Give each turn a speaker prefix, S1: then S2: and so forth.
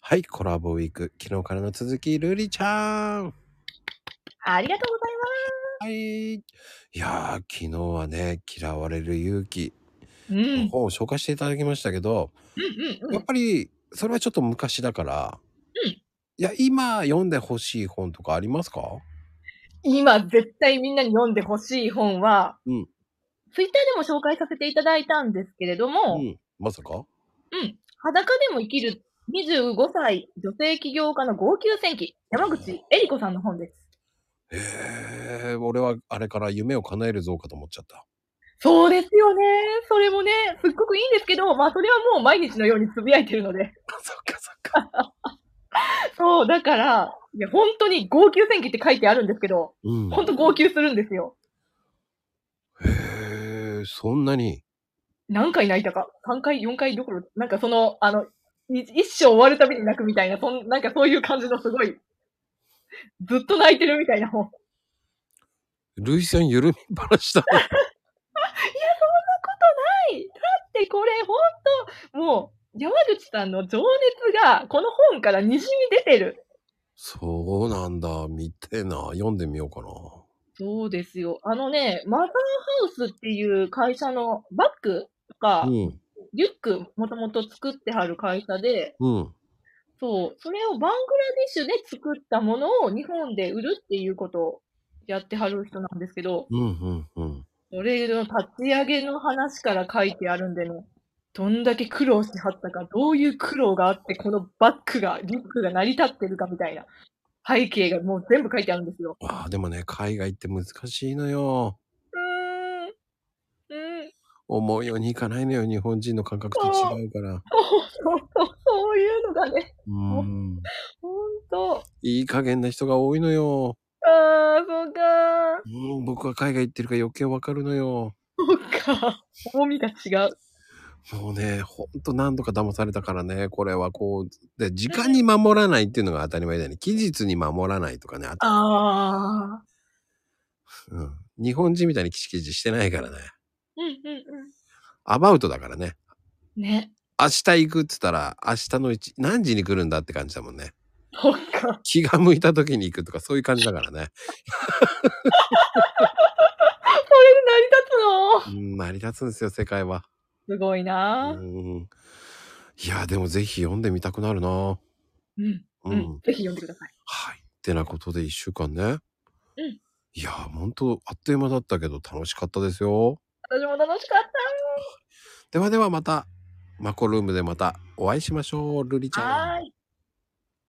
S1: はい、コラボウィーク。昨日からの続き、ルリちゃん。
S2: ありがとうござい
S1: はい。いやー、昨日はね、嫌われる勇気
S2: ます。うん、う
S1: の方を紹介していただきましたけど、
S2: ん、うん、う
S1: やっ
S2: ん。
S1: ぱり、それはちょっと昔だから、
S2: うん
S1: いや、今読んでほしい本とかありますか
S2: 今、絶対みんなに読んでほしい本は、
S1: うん
S2: ツイッターでも紹介させていただいたんですけれども、
S1: う
S2: うん、
S1: ん。まさか
S2: 裸でも生きる25歳女性起業家の号泣戦記、山口恵里子さんの本です。
S1: えー、俺はあれから夢を叶えるぞかと思っちゃった。
S2: そうですよね。それもね、すっごくいいんですけど、まあそれはもう毎日のようにつぶやいてるので。
S1: そっかそっか。
S2: そう、だから、いや、本当に号泣戦記って書いてあるんですけど、
S1: うん。
S2: 本当号泣するんですよ。
S1: へえ、そんなに。
S2: 何回泣いたか、3回、4回どころ、なんかその、あの、い一生終わるたびに泣くみたいな、そんなんかそういう感じのすごい、ずっと泣いてるみたいな本。
S1: ルイさん緩みっぱなしだね。
S2: はい。だってこれ、本当もう、山口さんの情熱が、この本からにじみ出てる。
S1: そうなんだ。見てえな。読んでみようかな。
S2: そうですよ。あのね、マザーハウスっていう会社のバッグとか、
S1: うん。
S2: リュックもともと作ってはる会社で、
S1: うん。
S2: そう、それをバングラディッシュで作ったものを日本で売るっていうことをやってはる人なんですけど、
S1: うん。うん。うん。
S2: それの立ち上げの話から書いてあるんでね、どんだけ苦労してはったか、どういう苦労があって、このバッグが、リュックが成り立ってるかみたいな背景がもう全部書いてあるんですよ。
S1: ああ、でもね、海外って難しいのよ。
S2: うーん。うん。
S1: 思うようにいかないのよ。日本人の感覚と違うから。
S2: そうそう、そういうのがね、
S1: うん。
S2: ほんと。
S1: いい加減な人が多いのよ。
S2: ああ、そうか。
S1: うん、僕は海外行ってるから余計わかるのよ。
S2: そうか。重みが違う。
S1: もうね、ほんと何度か騙されたからね、これはこう、で、時間に守らないっていうのが当たり前だよね。期日に守らないとかね。あと
S2: ああ。
S1: うん、日本人みたいにキチキチしてないからね。
S2: うんうん
S1: アバウトだからね。
S2: うん。ね。
S1: 明日行くっつったら、明日のうち、何時に来るんだって感じだもんね。
S2: そっか。
S1: 気が向いた時に行くとか、そういう感じだからね。
S2: それで成り立つ の
S1: うん、成り立つんですよ、世界は。
S2: すごいうなぁ。
S1: ん。いや、でもぜひ読んでみたくなるな
S2: うん。
S1: うん。
S2: うん。ぜひ読んでください。
S1: はい。ってなことで一週間ね。
S2: うん。
S1: いや、ほんと、あっという間だったけど、楽しかったですよ。
S2: 私も楽しかっ
S1: ではではまた、マコルームでまたお会いしましょう、ルリち
S2: た。
S1: ゃん。
S2: はーい。